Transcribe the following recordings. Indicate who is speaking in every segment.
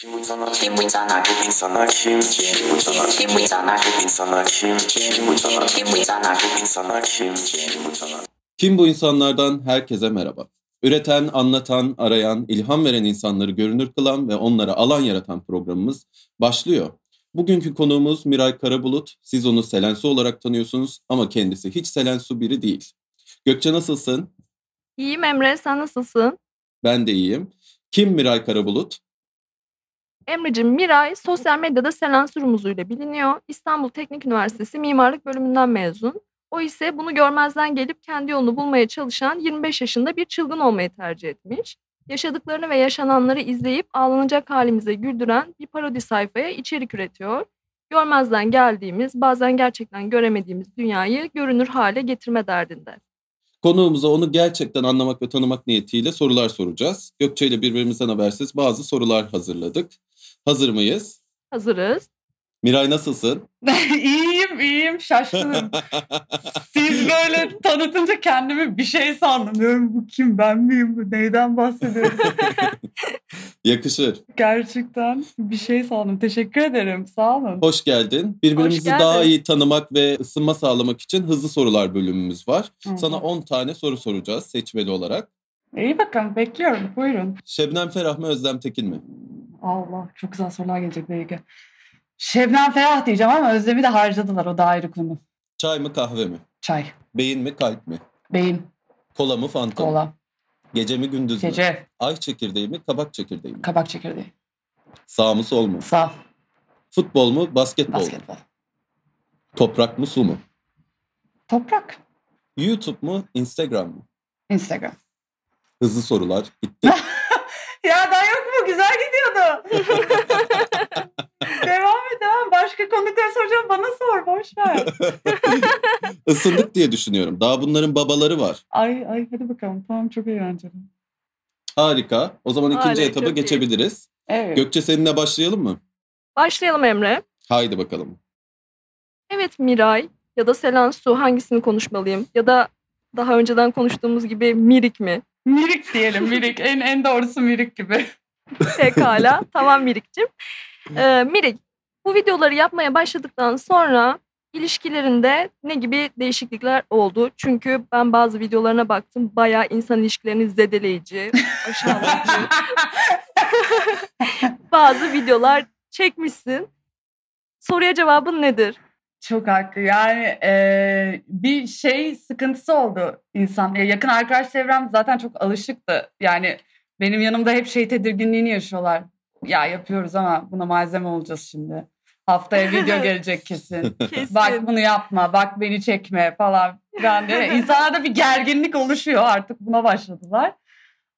Speaker 1: Kim utanır?
Speaker 2: Kim utanır?
Speaker 1: Bu insanlar kim? Kim utanır?
Speaker 2: Kim utanır?
Speaker 1: Bu insanlar kim? Kim utanır?
Speaker 2: Kim utanır?
Speaker 1: Bu insanlar kim? Kim utanır?
Speaker 3: Kim bu insanlardan herkese merhaba. Üreten, anlatan, arayan, ilham veren insanları görünür kılan ve onlara alan yaratan programımız başlıyor. Bugünkü konuğumuz Miray Karabulut. Siz onu Selensu olarak tanıyorsunuz ama kendisi hiç Selensu biri değil. Gökçe nasılsın?
Speaker 4: İyiyim Emre, sen nasılsın?
Speaker 3: Ben de iyiyim. Kim Miray Karabulut?
Speaker 4: Emre'cim Miray sosyal medyada Selen Surumuzuyla biliniyor. İstanbul Teknik Üniversitesi Mimarlık Bölümünden mezun. O ise bunu görmezden gelip kendi yolunu bulmaya çalışan 25 yaşında bir çılgın olmayı tercih etmiş. Yaşadıklarını ve yaşananları izleyip ağlanacak halimize güldüren bir parodi sayfaya içerik üretiyor. Görmezden geldiğimiz, bazen gerçekten göremediğimiz dünyayı görünür hale getirme derdinde.
Speaker 3: Konuğumuza onu gerçekten anlamak ve tanımak niyetiyle sorular soracağız. Gökçe ile birbirimizden habersiz bazı sorular hazırladık. Hazır mıyız?
Speaker 4: Hazırız.
Speaker 3: Miray nasılsın?
Speaker 5: iyiyim iyiyim şaşkınım. Siz böyle tanıtınca kendimi bir şey sandım. Diyorum bu kim ben miyim bu neyden bahsediyoruz
Speaker 3: Yakışır.
Speaker 5: gerçekten bir şey sandım. Teşekkür ederim sağ olun.
Speaker 3: Hoş geldin. Birbirimizi
Speaker 4: Hoş geldin.
Speaker 3: daha iyi tanımak ve ısınma sağlamak için hızlı sorular bölümümüz var.
Speaker 5: Hı.
Speaker 3: Sana 10 tane soru soracağız seçmeli olarak.
Speaker 5: İyi bakın bekliyorum buyurun.
Speaker 3: Şebnem Ferah mı Özlem Tekin mi?
Speaker 5: Allah çok güzel sorular gelecek belki. Şebnem Ferah diyeceğim ama Özlem'i de harcadılar o da ayrı konu.
Speaker 3: Çay mı kahve mi?
Speaker 5: Çay,
Speaker 3: Beyin mi kalp mi?
Speaker 5: beyin,
Speaker 3: Kola mı fanta mı?
Speaker 5: kola,
Speaker 3: Gece mi gündüz mü?
Speaker 5: gece,
Speaker 3: Ay çekirdeği mi kabak çekirdeği mi?
Speaker 5: kabak çekirdeği,
Speaker 3: Sağ mı sol mu?
Speaker 5: sağ,
Speaker 3: Futbol mu basketbol mu?
Speaker 5: basketbol,
Speaker 3: Toprak mı su mu?
Speaker 5: toprak,
Speaker 3: YouTube mu Instagram mı?
Speaker 5: Instagram.
Speaker 3: Hızlı sorular bitti.
Speaker 5: Ya daha yok mu? Güzel gidiyordu. devam et devam. Başka konuklara soracağım. Bana sor. Boş ver.
Speaker 3: Isındık diye düşünüyorum. Daha bunların babaları var.
Speaker 5: Ay ay hadi bakalım. Tamam çok eğlenceli.
Speaker 3: Harika. O zaman ikinci
Speaker 4: Harika,
Speaker 3: etaba
Speaker 4: çok iyi.
Speaker 3: geçebiliriz.
Speaker 5: Evet.
Speaker 3: Gökçe seninle başlayalım mı?
Speaker 4: Başlayalım Emre.
Speaker 3: Haydi bakalım.
Speaker 4: Evet Miray ya da Selen Su hangisini konuşmalıyım? Ya da daha önceden konuştuğumuz gibi Mirik mi?
Speaker 5: mirik diyelim. Mirik. En en doğrusu mirik gibi.
Speaker 4: Pekala. tamam Mirik'cim. Ee, Mirik, bu videoları yapmaya başladıktan sonra ilişkilerinde ne gibi değişiklikler oldu? Çünkü ben bazı videolarına baktım. Bayağı insan ilişkilerini zedeleyici, aşağılayıcı bazı videolar çekmişsin. Soruya cevabın nedir?
Speaker 5: Çok haklı. Yani e, bir şey sıkıntısı oldu insan. E, yakın arkadaş çevrem zaten çok alışıktı. Yani benim yanımda hep şey tedirginliğini yaşıyorlar. Ya yapıyoruz ama buna malzeme olacağız şimdi. Haftaya video gelecek kesin.
Speaker 4: Kesin.
Speaker 5: Bak bunu yapma, bak beni çekme falan. Yani insanlarda bir gerginlik oluşuyor artık buna başladılar.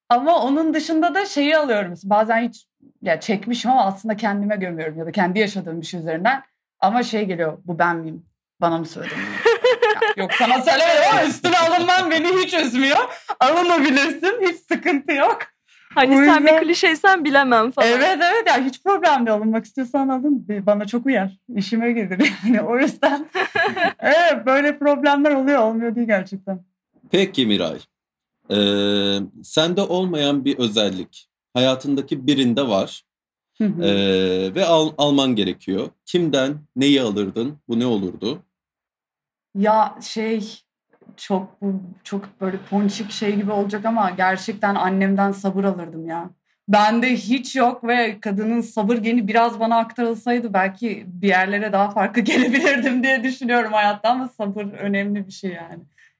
Speaker 5: Ama onun dışında da şeyi alıyorum. Bazen hiç ya çekmişim ama aslında kendime gömüyorum ya da kendi yaşadığım bir şey üzerinden. Ama şey geliyor, bu ben miyim? Bana mı söyledin? Ya, Yok sana söylemedim ama üstüne alınmam beni hiç üzmüyor. Alınabilirsin, hiç sıkıntı yok.
Speaker 4: Hani
Speaker 5: O
Speaker 4: sen bir
Speaker 5: yüzden-
Speaker 4: klişeysen bilemem falan.
Speaker 5: Evet evet ya hiç problem değil alınmak istiyorsan alın bana çok uyar işime gelir yani o yüzden evet, böyle problemler oluyor olmuyor değil gerçekten.
Speaker 3: Peki Miray. Ee, sende olmayan bir özellik hayatındaki birinde var Ee, ve al- alman gerekiyor. Kimden neyi alırdın? Bu ne olurdu?
Speaker 5: ya şey çok bu çok böyle ponçik şey gibi olacak ama gerçekten annemden sabır alırdım ya. Bende hiç yok ve kadının sabır geni biraz bana aktarılsaydı belki bir yerlere daha farklı gelebilirdim diye düşünüyorum hayatta ama sabır önemli bir şey yani.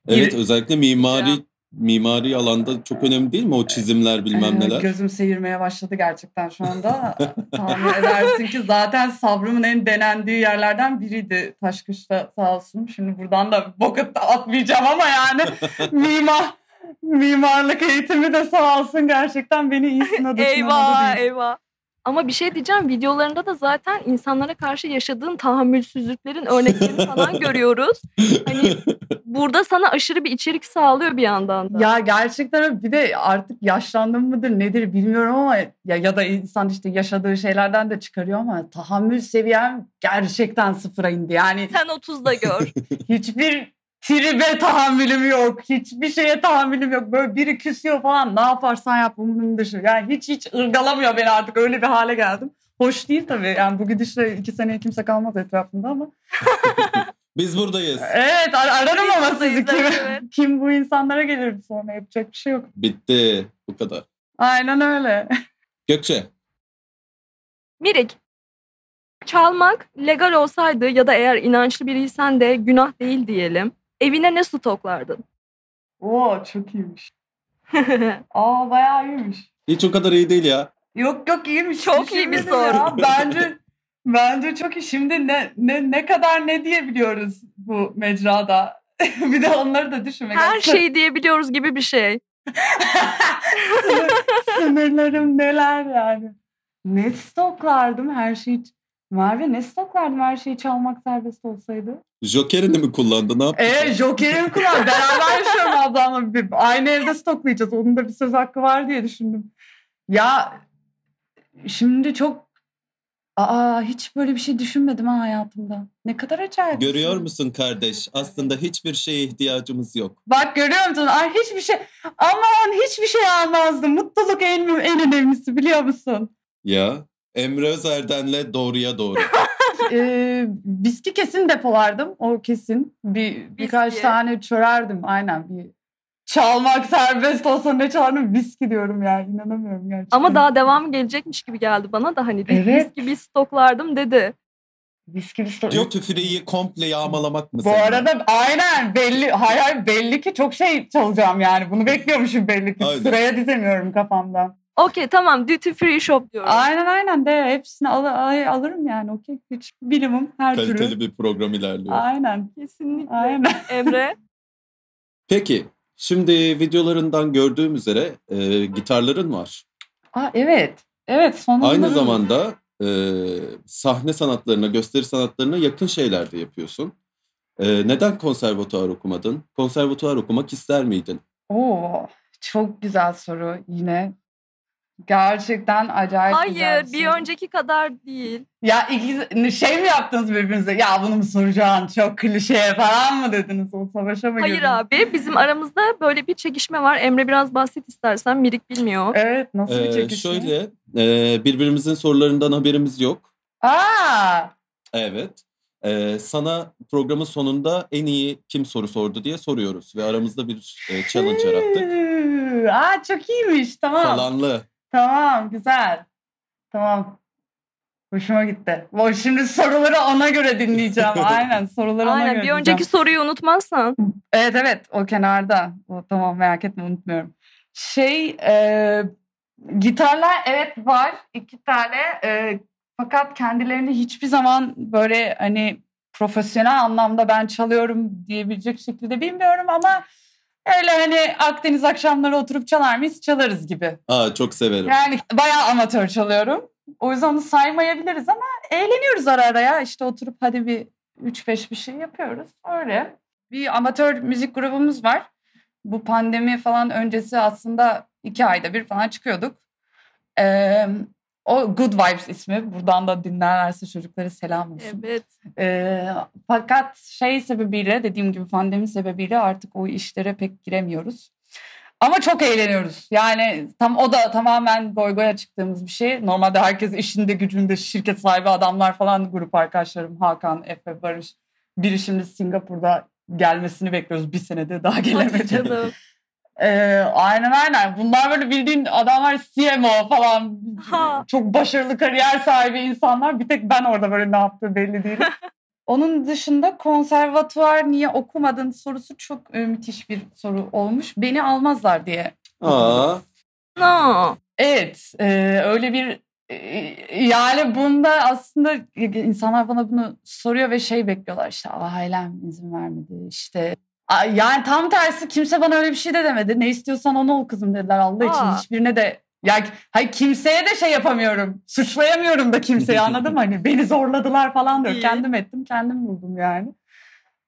Speaker 3: Evet
Speaker 5: Bir-
Speaker 3: özellikle mimari
Speaker 5: Ya.
Speaker 3: mimari alanda çok önemli değil mi o çizimler bilmem
Speaker 5: Ee,
Speaker 3: neler?
Speaker 5: Gözüm seyirmeye başladı gerçekten şu anda. Tahmin edersin ki zaten sabrımın en denendiği yerlerden biriydi Taşkış'ta sağ olsun. Şimdi buradan da bok at- atmayacağım ama yani mimar mimarlık eğitimi de sağ olsun gerçekten beni iyi sınadı.
Speaker 4: Eyvah
Speaker 5: sınamadı değil.
Speaker 4: eyvah. Ama bir şey diyeceğim videolarında da zaten insanlara karşı yaşadığın tahammülsüzlüklerin örneklerini falan görüyoruz. Hani burada sana aşırı bir içerik sağlıyor bir yandan da.
Speaker 5: Ya gerçekten bir de artık yaşlandım mıdır nedir bilmiyorum ama ya, ya da insan işte yaşadığı şeylerden de çıkarıyor ama tahammül seviyem gerçekten sıfıra indi. Yani
Speaker 4: Sen 30'da gör.
Speaker 5: hiçbir tribe tahammülüm yok. Hiçbir şeye tahammülüm yok. Böyle biri küsüyor falan ne yaparsan yap bunun dışı. Yani hiç hiç ırgalamıyor beni artık öyle bir hale geldim. Hoş değil tabii. Yani bu gidişle iki seneye kimse kalmaz etrafımda ama.
Speaker 3: Biz buradayız.
Speaker 5: Evet ar- ararım
Speaker 4: Biz
Speaker 5: ama
Speaker 4: buradayız,
Speaker 5: sizi kim,
Speaker 4: evet.
Speaker 5: kim bu insanlara gelir sonra yapacak bir şey yok.
Speaker 3: Bitti. Bu kadar.
Speaker 5: Aynen öyle.
Speaker 3: Gökçe.
Speaker 4: Mirik. Çalmak legal olsaydı ya da eğer inançlı biriysen de günah değil diyelim. Evine ne su toklardın?
Speaker 5: Oo çok iyiymiş. Aa bayağı iyiymiş.
Speaker 3: Hiç o kadar iyi değil ya.
Speaker 5: Yok yok iyiymiş.
Speaker 4: Çok iyi bir
Speaker 5: Düşündüm
Speaker 4: soru.
Speaker 5: ya. Bence bence çok iyi. Şimdi ne ne ne kadar ne diyebiliyoruz bu mecrada. bir de onları da düşünmek.
Speaker 4: Her şey.
Speaker 5: lazım.
Speaker 4: şeyi diyebiliyoruz gibi bir şey.
Speaker 5: Sınır- sınırlarım neler yani. Ne stoklardım her şeyi. Merve ne stoklardım her şeyi çalmak serbest olsaydı?
Speaker 3: Joker'ini mi kullandı? Ne yaptı?
Speaker 5: Ee Joker'im kullan. Beraber yaşıyorum ablamla. Bir- Aynı evde stoklayacağız. Onun da bir söz hakkı var diye düşündüm. Ya şimdi çok Aa hiç böyle bir şey düşünmedim ha hayatımda. Ne kadar acayip. bir
Speaker 3: Görüyor
Speaker 5: şey.
Speaker 3: musun kardeş? Aslında hiçbir şeye ihtiyacımız yok.
Speaker 5: Bak görüyor musun? Ay hiçbir şey. Aman hiçbir şey almazdım. Mutluluk en, en önemlisi biliyor musun?
Speaker 3: Ya. Emre Özerden'le doğruya doğru.
Speaker 5: Ee, viski kesin depolardım. O kesin. Bir birkaç
Speaker 4: Viski.
Speaker 5: tane çörerdim aynen. Bir çalmak serbest olsa ne çalardım? Viski diyorum ya. inanamıyorum gerçekten.
Speaker 4: Ama daha devam gelecekmiş gibi geldi bana da hani
Speaker 5: Evet.
Speaker 4: biz gibi stoklardım dedi.
Speaker 5: viski viski.
Speaker 3: Duty free'yi komple yağmalamak mı?
Speaker 5: Bu
Speaker 3: senin?
Speaker 5: arada aynen belli hayır hayır belli ki çok şey çalacağım yani. Bunu bekliyormuşum belli ki.
Speaker 3: Aynen.
Speaker 5: Sıraya dizemiyorum kafamda.
Speaker 4: Okey tamam duty free shop diyorum.
Speaker 5: Aynen aynen de hepsini al- al- alırım yani okey. Hiç bilimim her türlü.
Speaker 3: Kaliteli bir şey. program ilerliyor.
Speaker 5: Aynen.
Speaker 4: Kesinlikle.
Speaker 5: Aynen.
Speaker 4: Emre.
Speaker 3: Peki. Şimdi videolarından gördüğüm üzere e, gitarların var.
Speaker 5: Aa, evet. Evet sonunda.
Speaker 3: Aynı zamanda e, sahne sanatlarına, gösteri sanatlarına yakın şeyler de yapıyorsun. E, neden konservatuar okumadın? Konservatuar okumak ister miydin?
Speaker 5: Oo, Oh, çok güzel soru yine. Gerçekten acayip güzel
Speaker 4: Hayır bir
Speaker 5: soru.
Speaker 4: önceki kadar değil.
Speaker 5: Ya ikiniz şey mi yaptınız birbirinize? Ya bunu mu soracaksın? Çok klişe falan mı dediniz? O savaşa mı
Speaker 4: Hayır
Speaker 5: girdiniz?
Speaker 4: abi bizim aramızda böyle bir çekişme var. Emre biraz bahset istersen Mirik bilmiyor.
Speaker 5: Evet nasıl bir
Speaker 3: E,
Speaker 5: çekişme?
Speaker 3: şöyle, e, birbirimizin sorularından haberimiz yok.
Speaker 5: Aa,
Speaker 3: Evet. E, sana programın sonunda en iyi kim soru sordu diye soruyoruz. Ve aramızda bir e, challenge yarattık.
Speaker 5: hı. Aa çok iyiymiş tamam.
Speaker 3: Falanlı.
Speaker 5: Tamam güzel. Tamam. Hoşuma gitti. Bu- Şimdi soruları ona göre dinleyeceğim. Aynen soruları ona
Speaker 4: Aynen
Speaker 5: göre
Speaker 4: bir önceki
Speaker 5: dinleyeceğim.
Speaker 4: soruyu unutmazsan.
Speaker 5: Evet evet o kenarda. O, tamam merak etme unutmuyorum. Şey e, gitarlar evet var iki tane E, fakat kendilerini hiçbir zaman böyle hani profesyonel anlamda ben çalıyorum diyebilecek şekilde bilmiyorum ama öyle hani Akdeniz akşamları oturup çalar mıyız? Çalarız gibi.
Speaker 3: Aa çok severim.
Speaker 5: Yani bayağı amatör çalıyorum. O yüzden onu saymayabiliriz ama eğleniyoruz ara ara ya. İşte oturup hadi bir 3-5 bir şey yapıyoruz. Öyle. Bir amatör müzik grubumuz var. Bu pandemi falan öncesi aslında iki ayda bir falan çıkıyorduk. Ee, o Good Vibes ismi. Buradan da dinlerlerse çocuklara selam olsun.
Speaker 4: Evet.
Speaker 5: Ee, fakat şey sebebiyle dediğim gibi pandemi sebebiyle artık o işlere pek giremiyoruz. Ama çok eğleniyoruz. Yani tam o da tamamen goy goya çıktığımız bir şey. Normalde herkes işinde gücünde şirket sahibi adamlar falan grup arkadaşlarım Hakan, Efe, Barış. Biri şimdi Singapur'da gelmesini bekliyoruz. Bir senede daha
Speaker 4: Hadi
Speaker 5: gelemedi.
Speaker 4: canım.
Speaker 5: Ee, aynen aynen. Bunlar böyle bildiğin adamlar CMO falan.
Speaker 4: Ha.
Speaker 5: Çok başarılı kariyer sahibi insanlar. Bir tek ben orada böyle ne yaptığı belli değil. Onun dışında konservatuvar niye okumadın sorusu çok e, müthiş bir soru olmuş. Beni almazlar diye.
Speaker 3: Aa
Speaker 4: No.
Speaker 5: Evet e, öyle bir e, yani bunda aslında insanlar bana bunu soruyor ve şey bekliyorlar işte ailem izin vermedi işte A- yani tam tersi kimse bana öyle bir şey de demedi ne istiyorsan onu ol kızım dediler Allah
Speaker 4: Aa.
Speaker 5: için hiçbirine de ya hayır kimseye de şey yapamıyorum suçlayamıyorum da kimseyi anladın mı hani beni zorladılar falan diyor
Speaker 4: İyi.
Speaker 5: kendim ettim kendim buldum yani.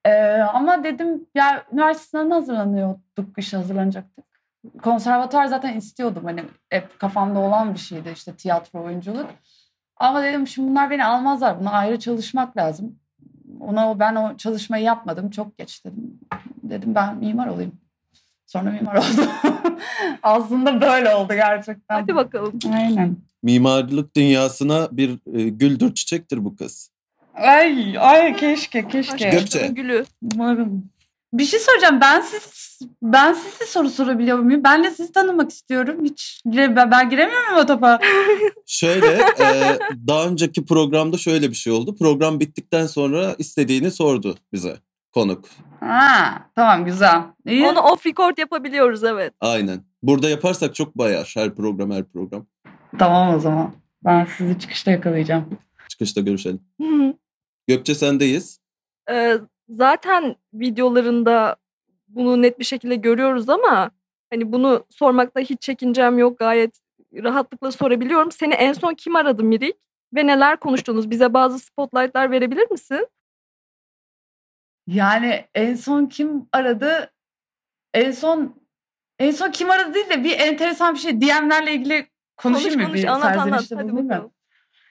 Speaker 5: Ee, ama dedim ya üniversite sınavına hazırlanıyorduk, kış hazırlanacaktık. Konservatuar zaten istiyordum hani hep kafamda olan bir şeydi işte tiyatro, oyunculuk. Ama dedim şimdi bunlar beni almazlar, buna ayrı çalışmak lazım. Ona o- ben o çalışmayı yapmadım, çok geç dedim. dedim ben mimar olayım. Sonra mimar oldum. Aslında böyle oldu gerçekten.
Speaker 4: Hadi bakalım.
Speaker 5: Aynen.
Speaker 3: Mimarlık dünyasına bir e, güldür çiçektir bu kız.
Speaker 5: Ay ay keşke keşke.
Speaker 3: Başka-
Speaker 4: Aşkımızın Gülü.
Speaker 5: Umarım. Bir şey soracağım. Ben siz ben size soru sorabiliyor muyum? Ben de sizi tanımak istiyorum. Hiç gire- ben, ben giremiyor muyum o topa?
Speaker 3: Şöyle e, daha önceki programda şöyle bir şey oldu. Program bittikten sonra istediğini sordu bize konuk.
Speaker 5: Ha, tamam güzel. İyi.
Speaker 4: Onu off record yapabiliyoruz evet.
Speaker 3: Aynen. Burada yaparsak çok bayar her program her program.
Speaker 5: Tamam o zaman. Ben sizi çıkışta yakalayacağım.
Speaker 3: Çıkışta görüşelim.
Speaker 4: Hı hı.
Speaker 3: Gökçe sendeyiz.
Speaker 4: Ee, zaten videolarında bunu net bir şekilde görüyoruz ama hani bunu sormakta hiç çekincem yok. Gayet rahatlıkla sorabiliyorum. Seni en son kim aradı Mirik? Ve neler konuştunuz? Bize bazı spotlightlar verebilir misin?
Speaker 5: Yani en son kim aradı? En son en son kim aradı değil de bir enteresan bir şey DM'lerle ilgili konuşayım mı? bir serzenişte bulunayım mı?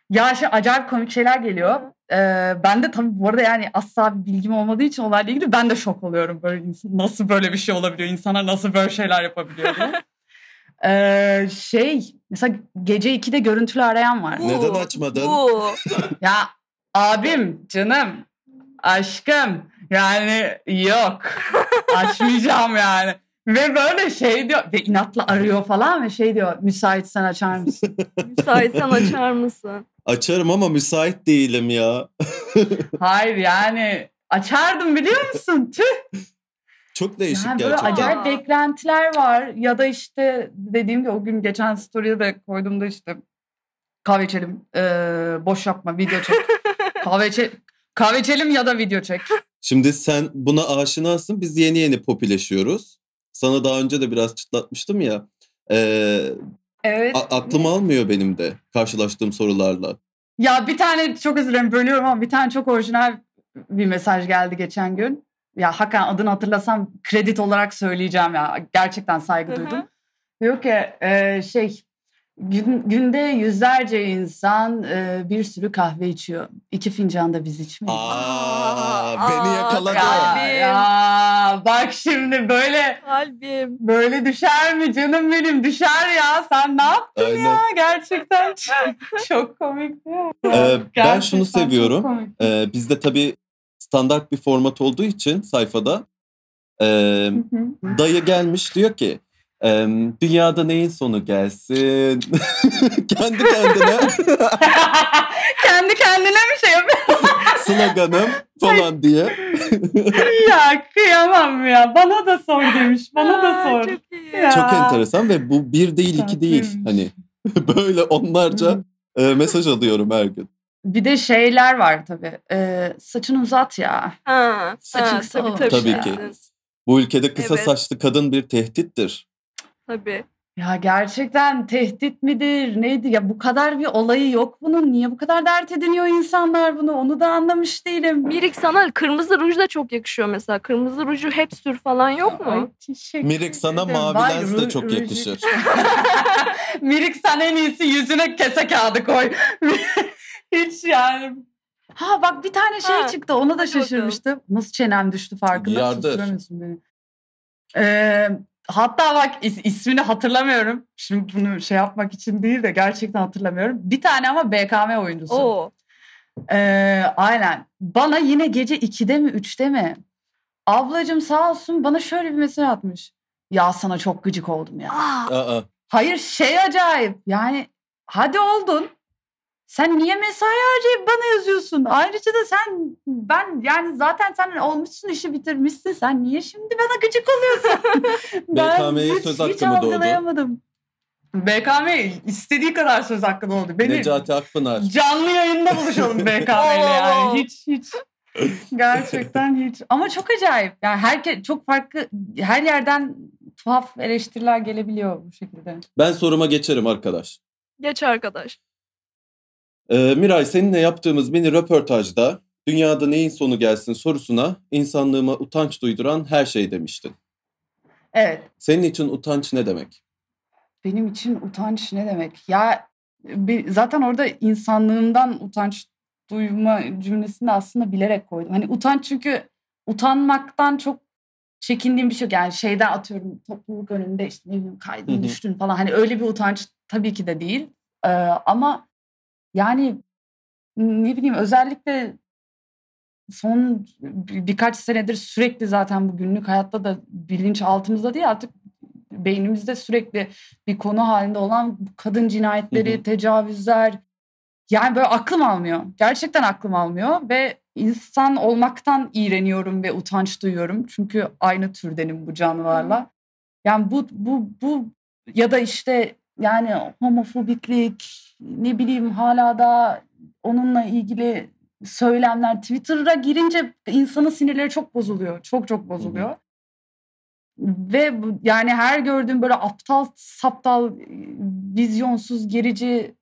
Speaker 5: Ya şey acayip komik şeyler geliyor. Ee, ben de tabii bu arada yani asla bir bilgim olmadığı için olayla ilgili ben de şok oluyorum. Böyle ins- nasıl böyle bir şey olabiliyor? İnsanlar nasıl böyle şeyler yapabiliyor? diye. Ee, şey mesela gece 2'de görüntülü arayan var.
Speaker 4: Bu,
Speaker 3: Neden açmadın?
Speaker 4: Bu.
Speaker 5: ya abim, canım, aşkım yani yok. Açmayacağım yani. Ve böyle şey diyor ve inatla arıyor falan ve şey diyor müsaitsen açar mısın?
Speaker 4: Müsaitsen açar mısın?
Speaker 3: Açarım ama müsait değilim ya.
Speaker 5: Hayır yani açardım biliyor musun? Tüh.
Speaker 3: Çok değişik
Speaker 5: Yani böyle
Speaker 3: gerçekten.
Speaker 5: acayip
Speaker 4: Aa.
Speaker 5: beklentiler var ya da işte dediğim gibi o gün geçen story'e de koyduğumda işte kahve içelim, eee, boş yapma, video çek. kahve içe kahve içelim ya da video çek.
Speaker 3: Şimdi sen buna aşinasın. Biz yeni yeni popüleşiyoruz. Sana daha önce de biraz çıtlatmıştım ya. Ee,
Speaker 5: Evet.
Speaker 3: a- aklım almıyor benim de karşılaştığım sorularla.
Speaker 5: Ya bir tane çok özür dilerim bölüyorum ama bir tane çok orijinal bir mesaj geldi geçen gün. Ya hakikaten adını hatırlasam kredi olarak söyleyeceğim ya. Gerçekten saygı
Speaker 4: Hı hı.
Speaker 5: duydum. Diyor ki e, şey gün- günde yüzlerce insan e, bir sürü kahve içiyor. İki fincan da biz içmeyiz.
Speaker 3: Aa,
Speaker 4: Aa,
Speaker 3: beni
Speaker 4: aa,
Speaker 3: yakaladı.
Speaker 5: ya,
Speaker 4: kalbim.
Speaker 5: ya, bak şimdi böyle
Speaker 4: Kalbim.
Speaker 5: böyle düşer mi canım benim düşer ya sen ne yaptın
Speaker 3: Aynen.
Speaker 5: ya gerçekten çok komik.
Speaker 3: Ee, ben
Speaker 5: Gerçekten
Speaker 3: şunu
Speaker 5: çok
Speaker 3: seviyorum.
Speaker 5: komik.
Speaker 3: Ee, bizde tabii standart bir format olduğu için sayfada ee,
Speaker 5: Hı hı.
Speaker 3: dayı gelmiş diyor ki "Ee, dünyada neyin sonu gelsin? Kendi kendine
Speaker 5: Kendi kendine mi şey yapıyor?
Speaker 3: sloganım falan diye.
Speaker 5: ya kıyamam ya. Bana da sor demiş. Bana da
Speaker 4: Aa,
Speaker 5: sor.
Speaker 4: Çok iyi.
Speaker 5: Ya.
Speaker 3: Çok enteresan ve bu bir değil iki değil. Hani
Speaker 5: Tatlıymış.
Speaker 3: böyle onlarca e, mesaj alıyorum her gün.
Speaker 5: Bir de şeyler var tabii. Ee, saçını uzat ya.
Speaker 4: Ha,
Speaker 5: Saçın
Speaker 4: ha,
Speaker 5: kısa olmuş
Speaker 4: tabii, tabii,
Speaker 3: ya.
Speaker 4: tabii ki.
Speaker 3: Bu ülkede kısa
Speaker 4: Evet.
Speaker 3: saçlı kadın bir tehdittir.
Speaker 4: Tabii.
Speaker 5: Ya gerçekten tehdit midir neydi ya bu kadar bir olayı yok bunun niye bu kadar dert ediniyor insanlar bunu onu da anlamış değilim.
Speaker 4: Mirik sana kırmızı ruj da çok yakışıyor mesela. Kırmızı ruju hep sür falan yok mu?
Speaker 5: Ay, teşekkür
Speaker 3: Mirik sana
Speaker 5: ederim.
Speaker 3: mavi
Speaker 5: Vay,
Speaker 3: lens de
Speaker 5: ru-
Speaker 3: çok
Speaker 5: ruj-
Speaker 3: yakışır.
Speaker 5: Mirik sana en iyisi yüzüne kese kağıdı koy. Hiç yani. Ha bak bir tane şey
Speaker 4: Ha,
Speaker 5: çıktı ona
Speaker 4: hadi
Speaker 5: da
Speaker 4: bakalım.
Speaker 5: şaşırmıştım. Nasıl çenem düştü farkında
Speaker 3: Yardır.
Speaker 5: susturamıyorsun beni. Ee, hatta bak is- ismini hatırlamıyorum. Şimdi bunu şey yapmak için değil de gerçekten hatırlamıyorum. Bir tane ama BKM oyuncusu.
Speaker 4: Oo.
Speaker 5: Ee, aynen. Bana yine gece 2'de mi 3'te mi? Ablacım sağ olsun bana şöyle bir mesaj atmış. Ya sana çok gıcık oldum ya.
Speaker 4: Aa,
Speaker 3: Aa,
Speaker 5: Hayır şey acayip yani hadi oldun. Sen niye mesai harcayıp bana yazıyorsun? Ayrıca da sen ben yani zaten sen olmuşsun işi bitirmişsin. Sen niye şimdi bana gıcık oluyorsun?
Speaker 3: BKM'ye söz hakkı
Speaker 5: hiç
Speaker 3: mı doğdu?
Speaker 5: algılayamadım. BKM istediği kadar söz hakkı oldu. Beni
Speaker 3: Necati Akpınar.
Speaker 5: Canlı yayında buluşalım BKM ile
Speaker 4: Oo.
Speaker 5: yani. Hiç hiç. Gerçekten hiç. Ama çok acayip. Yani herkes çok farklı her yerden tuhaf eleştiriler gelebiliyor bu şekilde.
Speaker 3: Ben soruma geçerim arkadaş.
Speaker 4: geç arkadaş.
Speaker 3: Ee, Miray seninle yaptığımız mini röportajda dünyada neyin sonu gelsin sorusuna insanlığıma utanç duyduran her şey demiştin.
Speaker 5: Evet.
Speaker 3: Senin için utanç ne demek?
Speaker 5: Benim için utanç ne demek? Ya bir- zaten orada insanlığımdan utanç duyma cümlesini aslında bilerek koydum. Hani utanç çünkü utanmaktan çok çekindiğim bir şey yok. Yani şeyden atıyorum topluluk önünde işte ne bileyim kaydın
Speaker 3: Hı hı.
Speaker 5: düştün falan. Hani öyle bir utanç tabii ki de değil. Ee, ama yani ne bileyim özellikle son bir- birkaç senedir sürekli zaten bu günlük hayatta da bilinçaltımızda değil artık beynimizde sürekli bir konu halinde olan bu kadın cinayetleri,
Speaker 3: Hı
Speaker 5: tecavüzler yani böyle aklım almıyor. Gerçekten aklım almıyor ve insan olmaktan iğreniyorum ve utanç duyuyorum. Çünkü aynı türdenim bu canlılarla. Yani bu bu bu ya da işte yani homofobiklik ne bileyim hala da onunla ilgili söylemler Twitter'a girince insanın sinirleri çok bozuluyor. Çok çok bozuluyor. Ve bu, yani her gördüğüm böyle aptal, saptal, e, vizyonsuz, gerici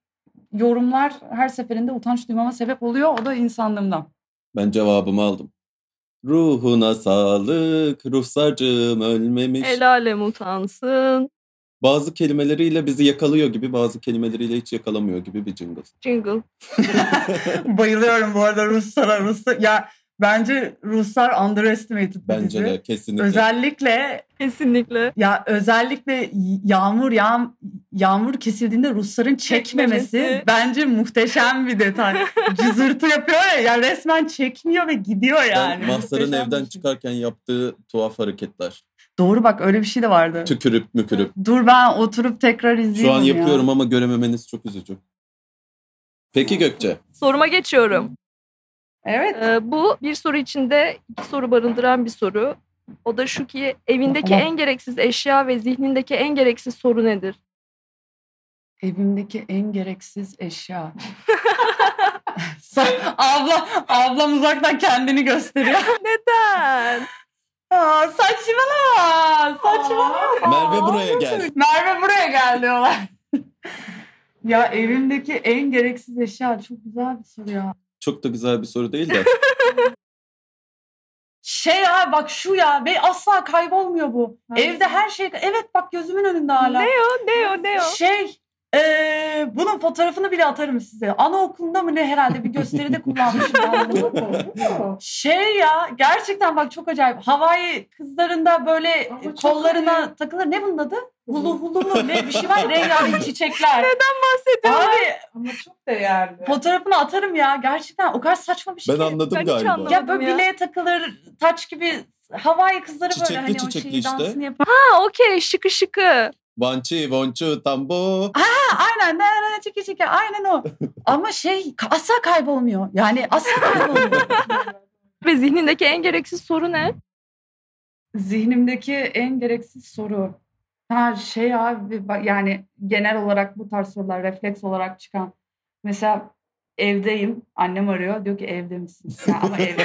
Speaker 5: yorumlar her seferinde utanç duymama sebep oluyor. O da insanlığımdan.
Speaker 3: Ben cevabımı aldım. Ruhuna sağlık, ruhsarcığım ölmemiş.
Speaker 4: El alem utansın.
Speaker 3: Bazı kelimeleriyle bizi yakalıyor gibi, bazı kelimeleriyle hiç yakalamıyor gibi bir jingle.
Speaker 4: Jingle.
Speaker 5: Bayılıyorum bu arada Ruslara. Ruslar, ya bence Ruslar underestimated bir
Speaker 3: Bence
Speaker 5: dizi.
Speaker 3: de kesinlikle.
Speaker 5: Özellikle
Speaker 4: Kesinlikle.
Speaker 5: ya özellikle yağmur yağm yağmur kesildiğinde Rusların çekmemesi,
Speaker 4: Çekmemesi.
Speaker 5: bence muhteşem bir detay. Cızırtı yapıyor ya, yani resmen çekmiyor ve gidiyor yani.
Speaker 3: Ben Mahsar'ın
Speaker 5: Muhteşem bir
Speaker 3: evden
Speaker 5: şey.
Speaker 3: çıkarken yaptığı tuhaf hareketler.
Speaker 5: Doğru bak öyle bir şey de vardı.
Speaker 3: Tükürüp mükürüp.
Speaker 5: Dur ben oturup tekrar izleyeyim
Speaker 3: Şu an
Speaker 5: onu ya.
Speaker 3: yapıyorum ama görememeniz çok üzücü. Peki Gökçe.
Speaker 4: Soruma geçiyorum.
Speaker 5: Evet.
Speaker 4: Ee, bu bir soru içinde iki soru barındıran bir soru. O da şu ki evindeki
Speaker 5: Tamam.
Speaker 4: en gereksiz eşya ve zihnindeki en gereksiz soru nedir?
Speaker 5: Evimdeki en gereksiz eşya. Sen- abla ablam uzaktan kendini gösteriyor.
Speaker 4: Neden?
Speaker 5: Aa, saçmalama. Saçmalama.
Speaker 3: Merve buraya gel.
Speaker 5: Merve buraya gel diyorlar. ya evimdeki en gereksiz eşya çok güzel bir soru ya.
Speaker 3: Çok da güzel bir soru değil de.
Speaker 5: Şey ya bak şu ya ve asla kaybolmuyor bu. Evde her şey evet bak gözümün önünde hala.
Speaker 4: Ne o ne o ne o?
Speaker 5: Şey eee, bunun fotoğrafını bile atarım size. Anaokulunda mı ne herhalde bir gösteride kullanmışım. ben bunu. şey ya gerçekten bak çok acayip. Havai kızlarında böyle e,
Speaker 2: Ama çok
Speaker 5: kollarına
Speaker 2: acayip.
Speaker 5: takılır. Ne bunun adı? Hulu hulu mu? Ne bir şey var ya, rengarenk çiçekler.
Speaker 4: Bahsediyorum.
Speaker 5: Abi
Speaker 2: Ama çok değerli.
Speaker 5: Fotoğrafını atarım ya. Gerçekten o kadar saçma bir şey.
Speaker 3: Ben
Speaker 5: ki.
Speaker 3: anladım
Speaker 4: Ben hiç
Speaker 3: galiba.
Speaker 4: anlamadım.
Speaker 5: Ya böyle
Speaker 4: ya.
Speaker 5: bileğe takılır taç gibi Hawaii kızları
Speaker 3: Çiçekli
Speaker 5: böyle hani
Speaker 3: çiçekli
Speaker 5: o şeyi
Speaker 3: işte.
Speaker 5: dansını yapar.
Speaker 4: Ha okey şıkı şıkı.
Speaker 3: Vanchi, vonchu, tambo.
Speaker 5: Ha, aynen ne ne çeke çeke aynen o. Ama şey asla kaybolmuyor. Yani asla kaybolmuyor.
Speaker 4: Ve zihnindeki en gereksiz soru ne?
Speaker 5: Zihnimdeki en gereksiz soru. Ha şey abi bak yani genel olarak bu tarz sorular refleks olarak çıkan. Mesela evdeyim. Annem arıyor. Diyor ki evde misin? Ya ama evde.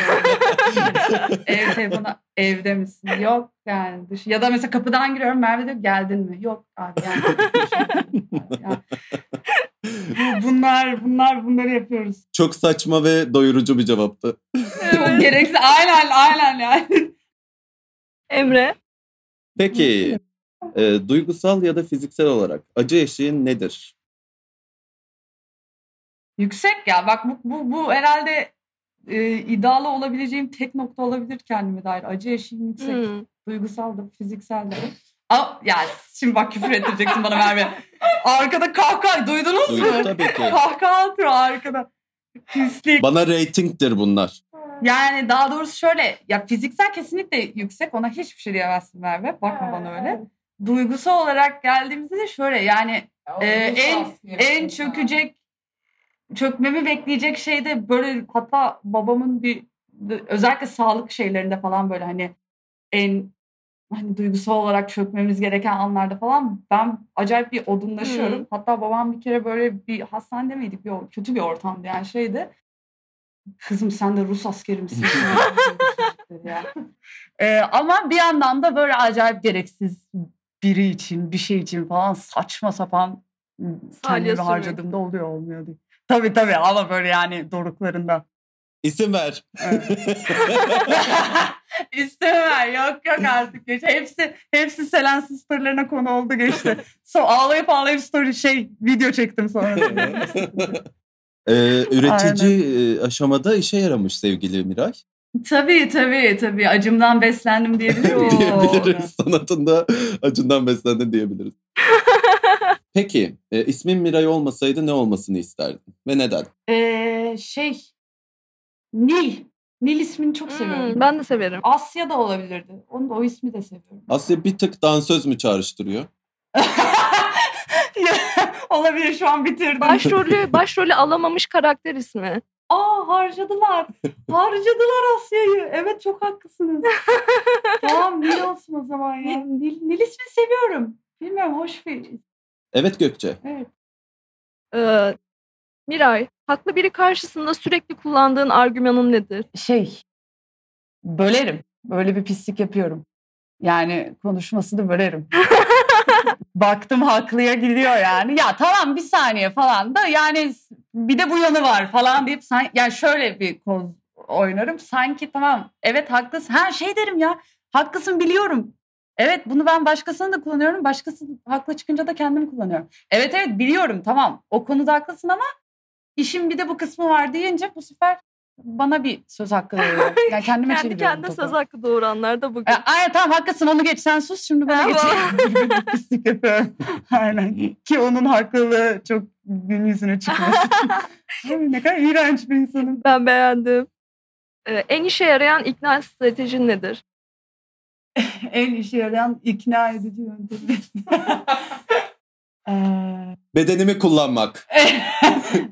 Speaker 5: Ev telefonu evde misin? Yok yani. Dış- Ya da mesela kapıdan giriyorum Merve diyor geldin mi? Yok abi yani. Ya. Bu- bunlar bunlar bunları yapıyoruz.
Speaker 3: Çok saçma ve doyurucu bir cevaptı.
Speaker 5: Çok gereksiz. Aynen aynen yani.
Speaker 4: Emre.
Speaker 3: Peki, e, duygusal ya da fiziksel olarak acı eşiğin nedir?
Speaker 5: Yüksek ya bak bu bu, bu herhalde e, iddialı olabileceğim tek nokta olabilir kendime dair. Acı eşiğim yüksek.
Speaker 4: Hmm.
Speaker 5: Duygusal da fiziksel de. Aa, ya şimdi bak küfür ettireceksin bana Merve. Arkada kahkaha duydunuz mu?
Speaker 3: Duyduk tabii ki.
Speaker 5: Kahkaha atıyor arkada. Pislik.
Speaker 3: Bana reytingdir bunlar.
Speaker 5: Yani daha doğrusu şöyle ya fiziksel kesinlikle yüksek ona hiçbir şey diyemezsin Merve. Bakma bana öyle. Duygusal olarak geldiğimizde de şöyle yani
Speaker 2: Ya,
Speaker 5: Ee,
Speaker 2: olursa
Speaker 5: en-
Speaker 2: aslında
Speaker 5: en
Speaker 2: yapıyorsun ha.
Speaker 5: çökecek çökmemi bekleyecek şey de böyle hatta babamın bir özellikle sağlık şeylerinde falan böyle hani en hani duygusal olarak çökmemiz gereken anlarda falan ben acayip bir odunlaşıyorum.
Speaker 4: Hmm.
Speaker 5: Hatta babam bir kere böyle bir hastanede miydik? Bir, kötü bir ortamdı yani şeydi. Kızım sen de Rus askeri misin? dedi ya. Ee, ama bir yandan da böyle acayip gereksiz biri için, bir şey için falan saçma sapan kendimi
Speaker 4: sürmek.
Speaker 5: harcadığımda oluyor olmuyor diye. Tabii tabii ama böyle yani doruklarında.
Speaker 3: İsim ver.
Speaker 5: İstemem yok yok artık geç. Hepsi hepsi Selen storylerine konu oldu geçti. So, ağlayıp ağlayıp story şey video çektim sonra.
Speaker 3: e, Ee, üretici e, aşamada işe yaramış sevgili Miray.
Speaker 5: Tabii tabii tabii acımdan beslendim diyebilirim.
Speaker 3: diyebiliriz. Sanatında acından beslendin diyebiliriz. Peki e, ismin Miray olmasaydı ne olmasını isterdin ve neden?
Speaker 5: Ee, şey Nil. Nil ismini çok seviyorum.
Speaker 4: Hmm, ben de severim.
Speaker 5: Asya da olabilirdi. Onu da o ismi de seviyorum.
Speaker 3: Asya bir tık dansöz mü çağrıştırıyor?
Speaker 5: Olabilir şu an bitirdim.
Speaker 4: Başrolü, başrolü alamamış karakter ismi.
Speaker 5: Aa harcadılar. Harcadılar Asya'yı. Evet çok haklısınız. tamam Nil olsun o zaman ya. Nil, Nil ismini seviyorum. Bilmiyorum hoş bir
Speaker 3: Evet Gökçe.
Speaker 5: Evet.
Speaker 4: Ee, Miray, haklı biri karşısında sürekli kullandığın argümanın nedir?
Speaker 5: Şey bölerim. Böyle bir pislik yapıyorum. Yani konuşmasını bölerim. Baktım haklıya gidiyor yani. Ya tamam bir saniye falan da yani bir de bu yanı var falan deyip san- yani şöyle bir koz oynarım. Sanki tamam evet haklısın. Her şey derim ya. Haklısın biliyorum. Evet bunu ben başkasına da kullanıyorum. Başkası haklı çıkınca da kendim kullanıyorum. Evet evet biliyorum tamam. O konuda haklısın ama işin bir de bu kısmı var deyince bu sefer bana bir söz hakkı veriyor. Yani kendime
Speaker 4: Kendi
Speaker 5: şey çeviriyorum
Speaker 4: kendine
Speaker 5: topu.
Speaker 4: söz hakkı doğuranlar da
Speaker 5: E,
Speaker 4: bugün.
Speaker 5: Ay tamam haklısın onu geç sen sus şimdi bana
Speaker 4: Tamam.
Speaker 5: geç. Pislik yapıyorum. Aynen. Ki onun haklılığı çok gün yüzüne çıkmasın. Ay, ne kadar iğrenç bir insanım.
Speaker 4: Ben beğendim. Ee, en işe yarayan ikna stratejin nedir?
Speaker 5: En işe yarayan ikna edici yöntemi. Ee,
Speaker 3: Bedenimi kullanmak.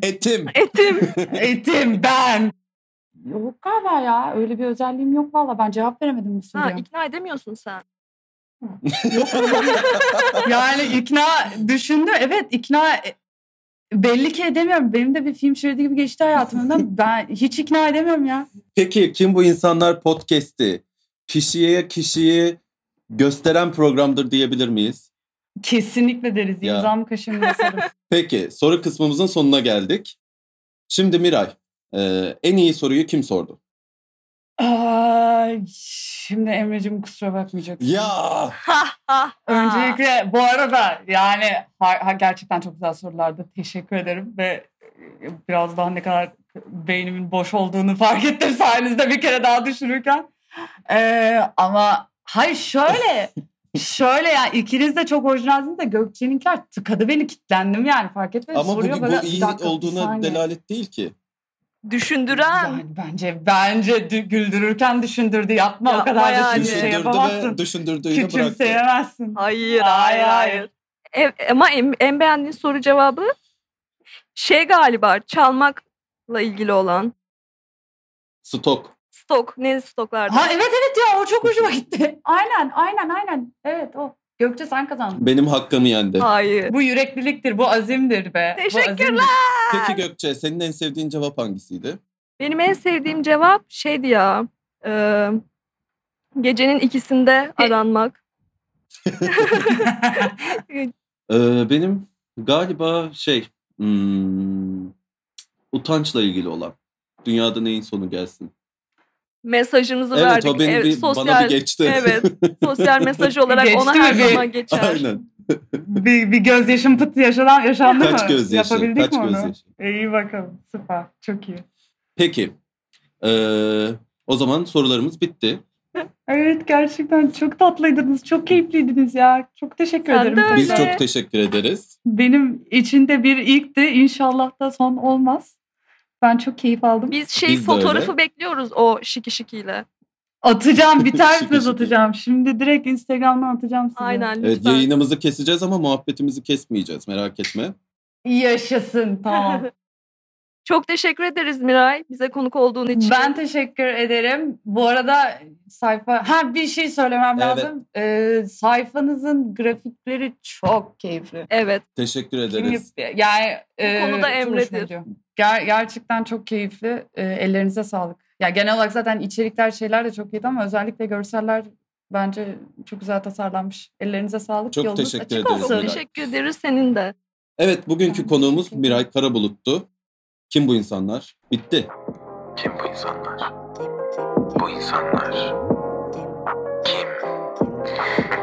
Speaker 3: Etim.
Speaker 4: Etim.
Speaker 5: Etim ben. Yok galiba ya. Öyle bir özelliğim yok valla. Ben cevap veremedim bu
Speaker 4: Ha,
Speaker 5: soruya.
Speaker 4: ikna edemiyorsun sen.
Speaker 5: yani ikna düşündü. Evet ikna e, belli ki edemiyorum. Benim de bir film şeridi gibi geçti hayatımdan. Ben hiç ikna edemiyorum ya.
Speaker 3: Peki kim bu insanlar podcast'i kişiye kişiyi gösteren programdır diyebilir miyiz?
Speaker 5: Kesinlikle deriz.
Speaker 3: Ya.
Speaker 5: İmzamı kaşımı basarım.
Speaker 3: Peki soru kısmımızın sonuna geldik. Şimdi Miray e, en iyi soruyu kim sordu?
Speaker 5: Ay, şimdi Emre'cim kusura bakmayacaksın.
Speaker 3: Ya
Speaker 5: Öncelikle bu arada yani ha- ha- gerçekten çok güzel sorulardı. Teşekkür ederim ve e, biraz daha ne kadar beynimin boş olduğunu fark ettim sayenizde bir kere daha düşünürken. Ee, ama hayır şöyle şöyle yani ikiniz de çok orijinalsiniz de Gökçe'ninkiler tıkadı beni kitlendim yani fark etmedim.
Speaker 3: ama
Speaker 5: Soruyor
Speaker 3: bugün bu
Speaker 5: böyle, "Bir
Speaker 3: iyi
Speaker 5: dakika, bir
Speaker 3: olduğuna
Speaker 5: saniye."
Speaker 3: delalet değil ki.
Speaker 4: Düşündüren.
Speaker 5: Yani bence bence dü- güldürürken düşündürdü. Yapma o
Speaker 4: Yapma
Speaker 5: kadar da
Speaker 4: yani.
Speaker 5: şimdi
Speaker 3: Düşündürdü
Speaker 5: şey
Speaker 3: ve
Speaker 5: yapamazsın.
Speaker 3: düşündürdüğünü bıraktı.
Speaker 5: Küçümseyemezsin.
Speaker 4: Hayır,
Speaker 5: Hayır,
Speaker 4: hayır, hayır. E- ama en, en beğendiğin soru cevabı şey galiba çalmakla ilgili olan
Speaker 3: Stok.
Speaker 4: stok. Ne stoklarda?
Speaker 5: Ha evet evet ya o çok hoşuma gitti. Aynen aynen aynen. Evet o. Gökçe sen kazandın.
Speaker 3: Benim hakkımı yendi.
Speaker 4: Hayır.
Speaker 5: Bu yürekliliktir, bu azimdir be. Bu azimdir.
Speaker 4: Teşekkürler.
Speaker 3: Peki Gökçe senin en sevdiğin cevap hangisiydi?
Speaker 4: Benim en sevdiğim cevap şeydi ya. e, gecenin ikisinde
Speaker 5: E-
Speaker 4: aranmak.
Speaker 3: Ee, benim galiba şey hmm, utançla ilgili olan. Dünyada neyin sonu gelsin.
Speaker 4: Mesajımızı
Speaker 3: Evet
Speaker 4: verdik.
Speaker 3: o benim
Speaker 4: Evet,
Speaker 3: bir,
Speaker 4: sosyal,
Speaker 3: bana bir geçti.
Speaker 4: Evet. Sosyal mesaj olarak
Speaker 5: Geçti
Speaker 4: ona
Speaker 5: mi
Speaker 4: her
Speaker 5: bir?
Speaker 4: zaman geçer.
Speaker 3: Aynen.
Speaker 5: bir, bir gözyaşım pıt yaşanan, yaşandı mı?
Speaker 3: Kaç göz yaşı.
Speaker 5: Yapabildik
Speaker 3: Kaç
Speaker 5: mi onu?
Speaker 3: göz yaşı.
Speaker 5: E, iyi bakalım. Süper. Çok iyi.
Speaker 3: Peki. Ee, o zaman sorularımız bitti.
Speaker 5: Evet gerçekten çok tatlıydınız. Çok keyifliydiniz ya. Çok teşekkür
Speaker 4: Sen
Speaker 5: ederim.
Speaker 4: de öyle.
Speaker 3: Biz çok teşekkür ederiz.
Speaker 5: Benim içinde bir ilkti. İnşallah da son olmaz. Ben çok keyif aldım.
Speaker 4: Biz şey
Speaker 3: Biz de
Speaker 4: fotoğrafı
Speaker 3: öyle.
Speaker 4: bekliyoruz o şiki şikiyle.
Speaker 5: Atacağım bir
Speaker 3: Şaka
Speaker 5: tarz
Speaker 3: şaka.
Speaker 5: atacağım. Şimdi direkt Instagram'dan atacağım size.
Speaker 4: Aynen
Speaker 3: Evet,
Speaker 4: lütfen.
Speaker 3: yayınımızı keseceğiz ama muhabbetimizi kesmeyeceğiz merak etme.
Speaker 5: Yaşasın tamam.
Speaker 4: Çok teşekkür ederiz Miray bize konuk olduğun için.
Speaker 5: ben teşekkür ederim. Bu arada sayfa ha bir şey söylemem
Speaker 3: Evet.
Speaker 5: lazım. Ee, sayfanızın grafikleri çok keyifli.
Speaker 4: Evet.
Speaker 3: Teşekkür
Speaker 5: Kim
Speaker 3: ederiz.
Speaker 5: yap- Yani e,
Speaker 4: konuda
Speaker 5: çok
Speaker 4: Emre'dir.
Speaker 5: hoşuma gidiyor. Ger- gerçekten çok keyifli. E, ellerinize sağlık. Ya genel olarak zaten içerikler şeyler de çok iyiydi ama özellikle görseller bence çok güzel tasarlanmış. Ellerinize sağlık.
Speaker 3: Çok
Speaker 5: Yolunuz
Speaker 3: teşekkür
Speaker 5: açık
Speaker 3: ederiz
Speaker 5: olsun.
Speaker 4: Çok
Speaker 3: Miray.
Speaker 4: teşekkür ederiz senin de.
Speaker 3: Evet bugünkü
Speaker 5: Ben
Speaker 3: konuğumuz
Speaker 5: teşekkür
Speaker 3: Miray Karabulut'tu. Kim bu insanlar? Bitti.
Speaker 1: Kim bu insanlar? Bu insanlar. Kim?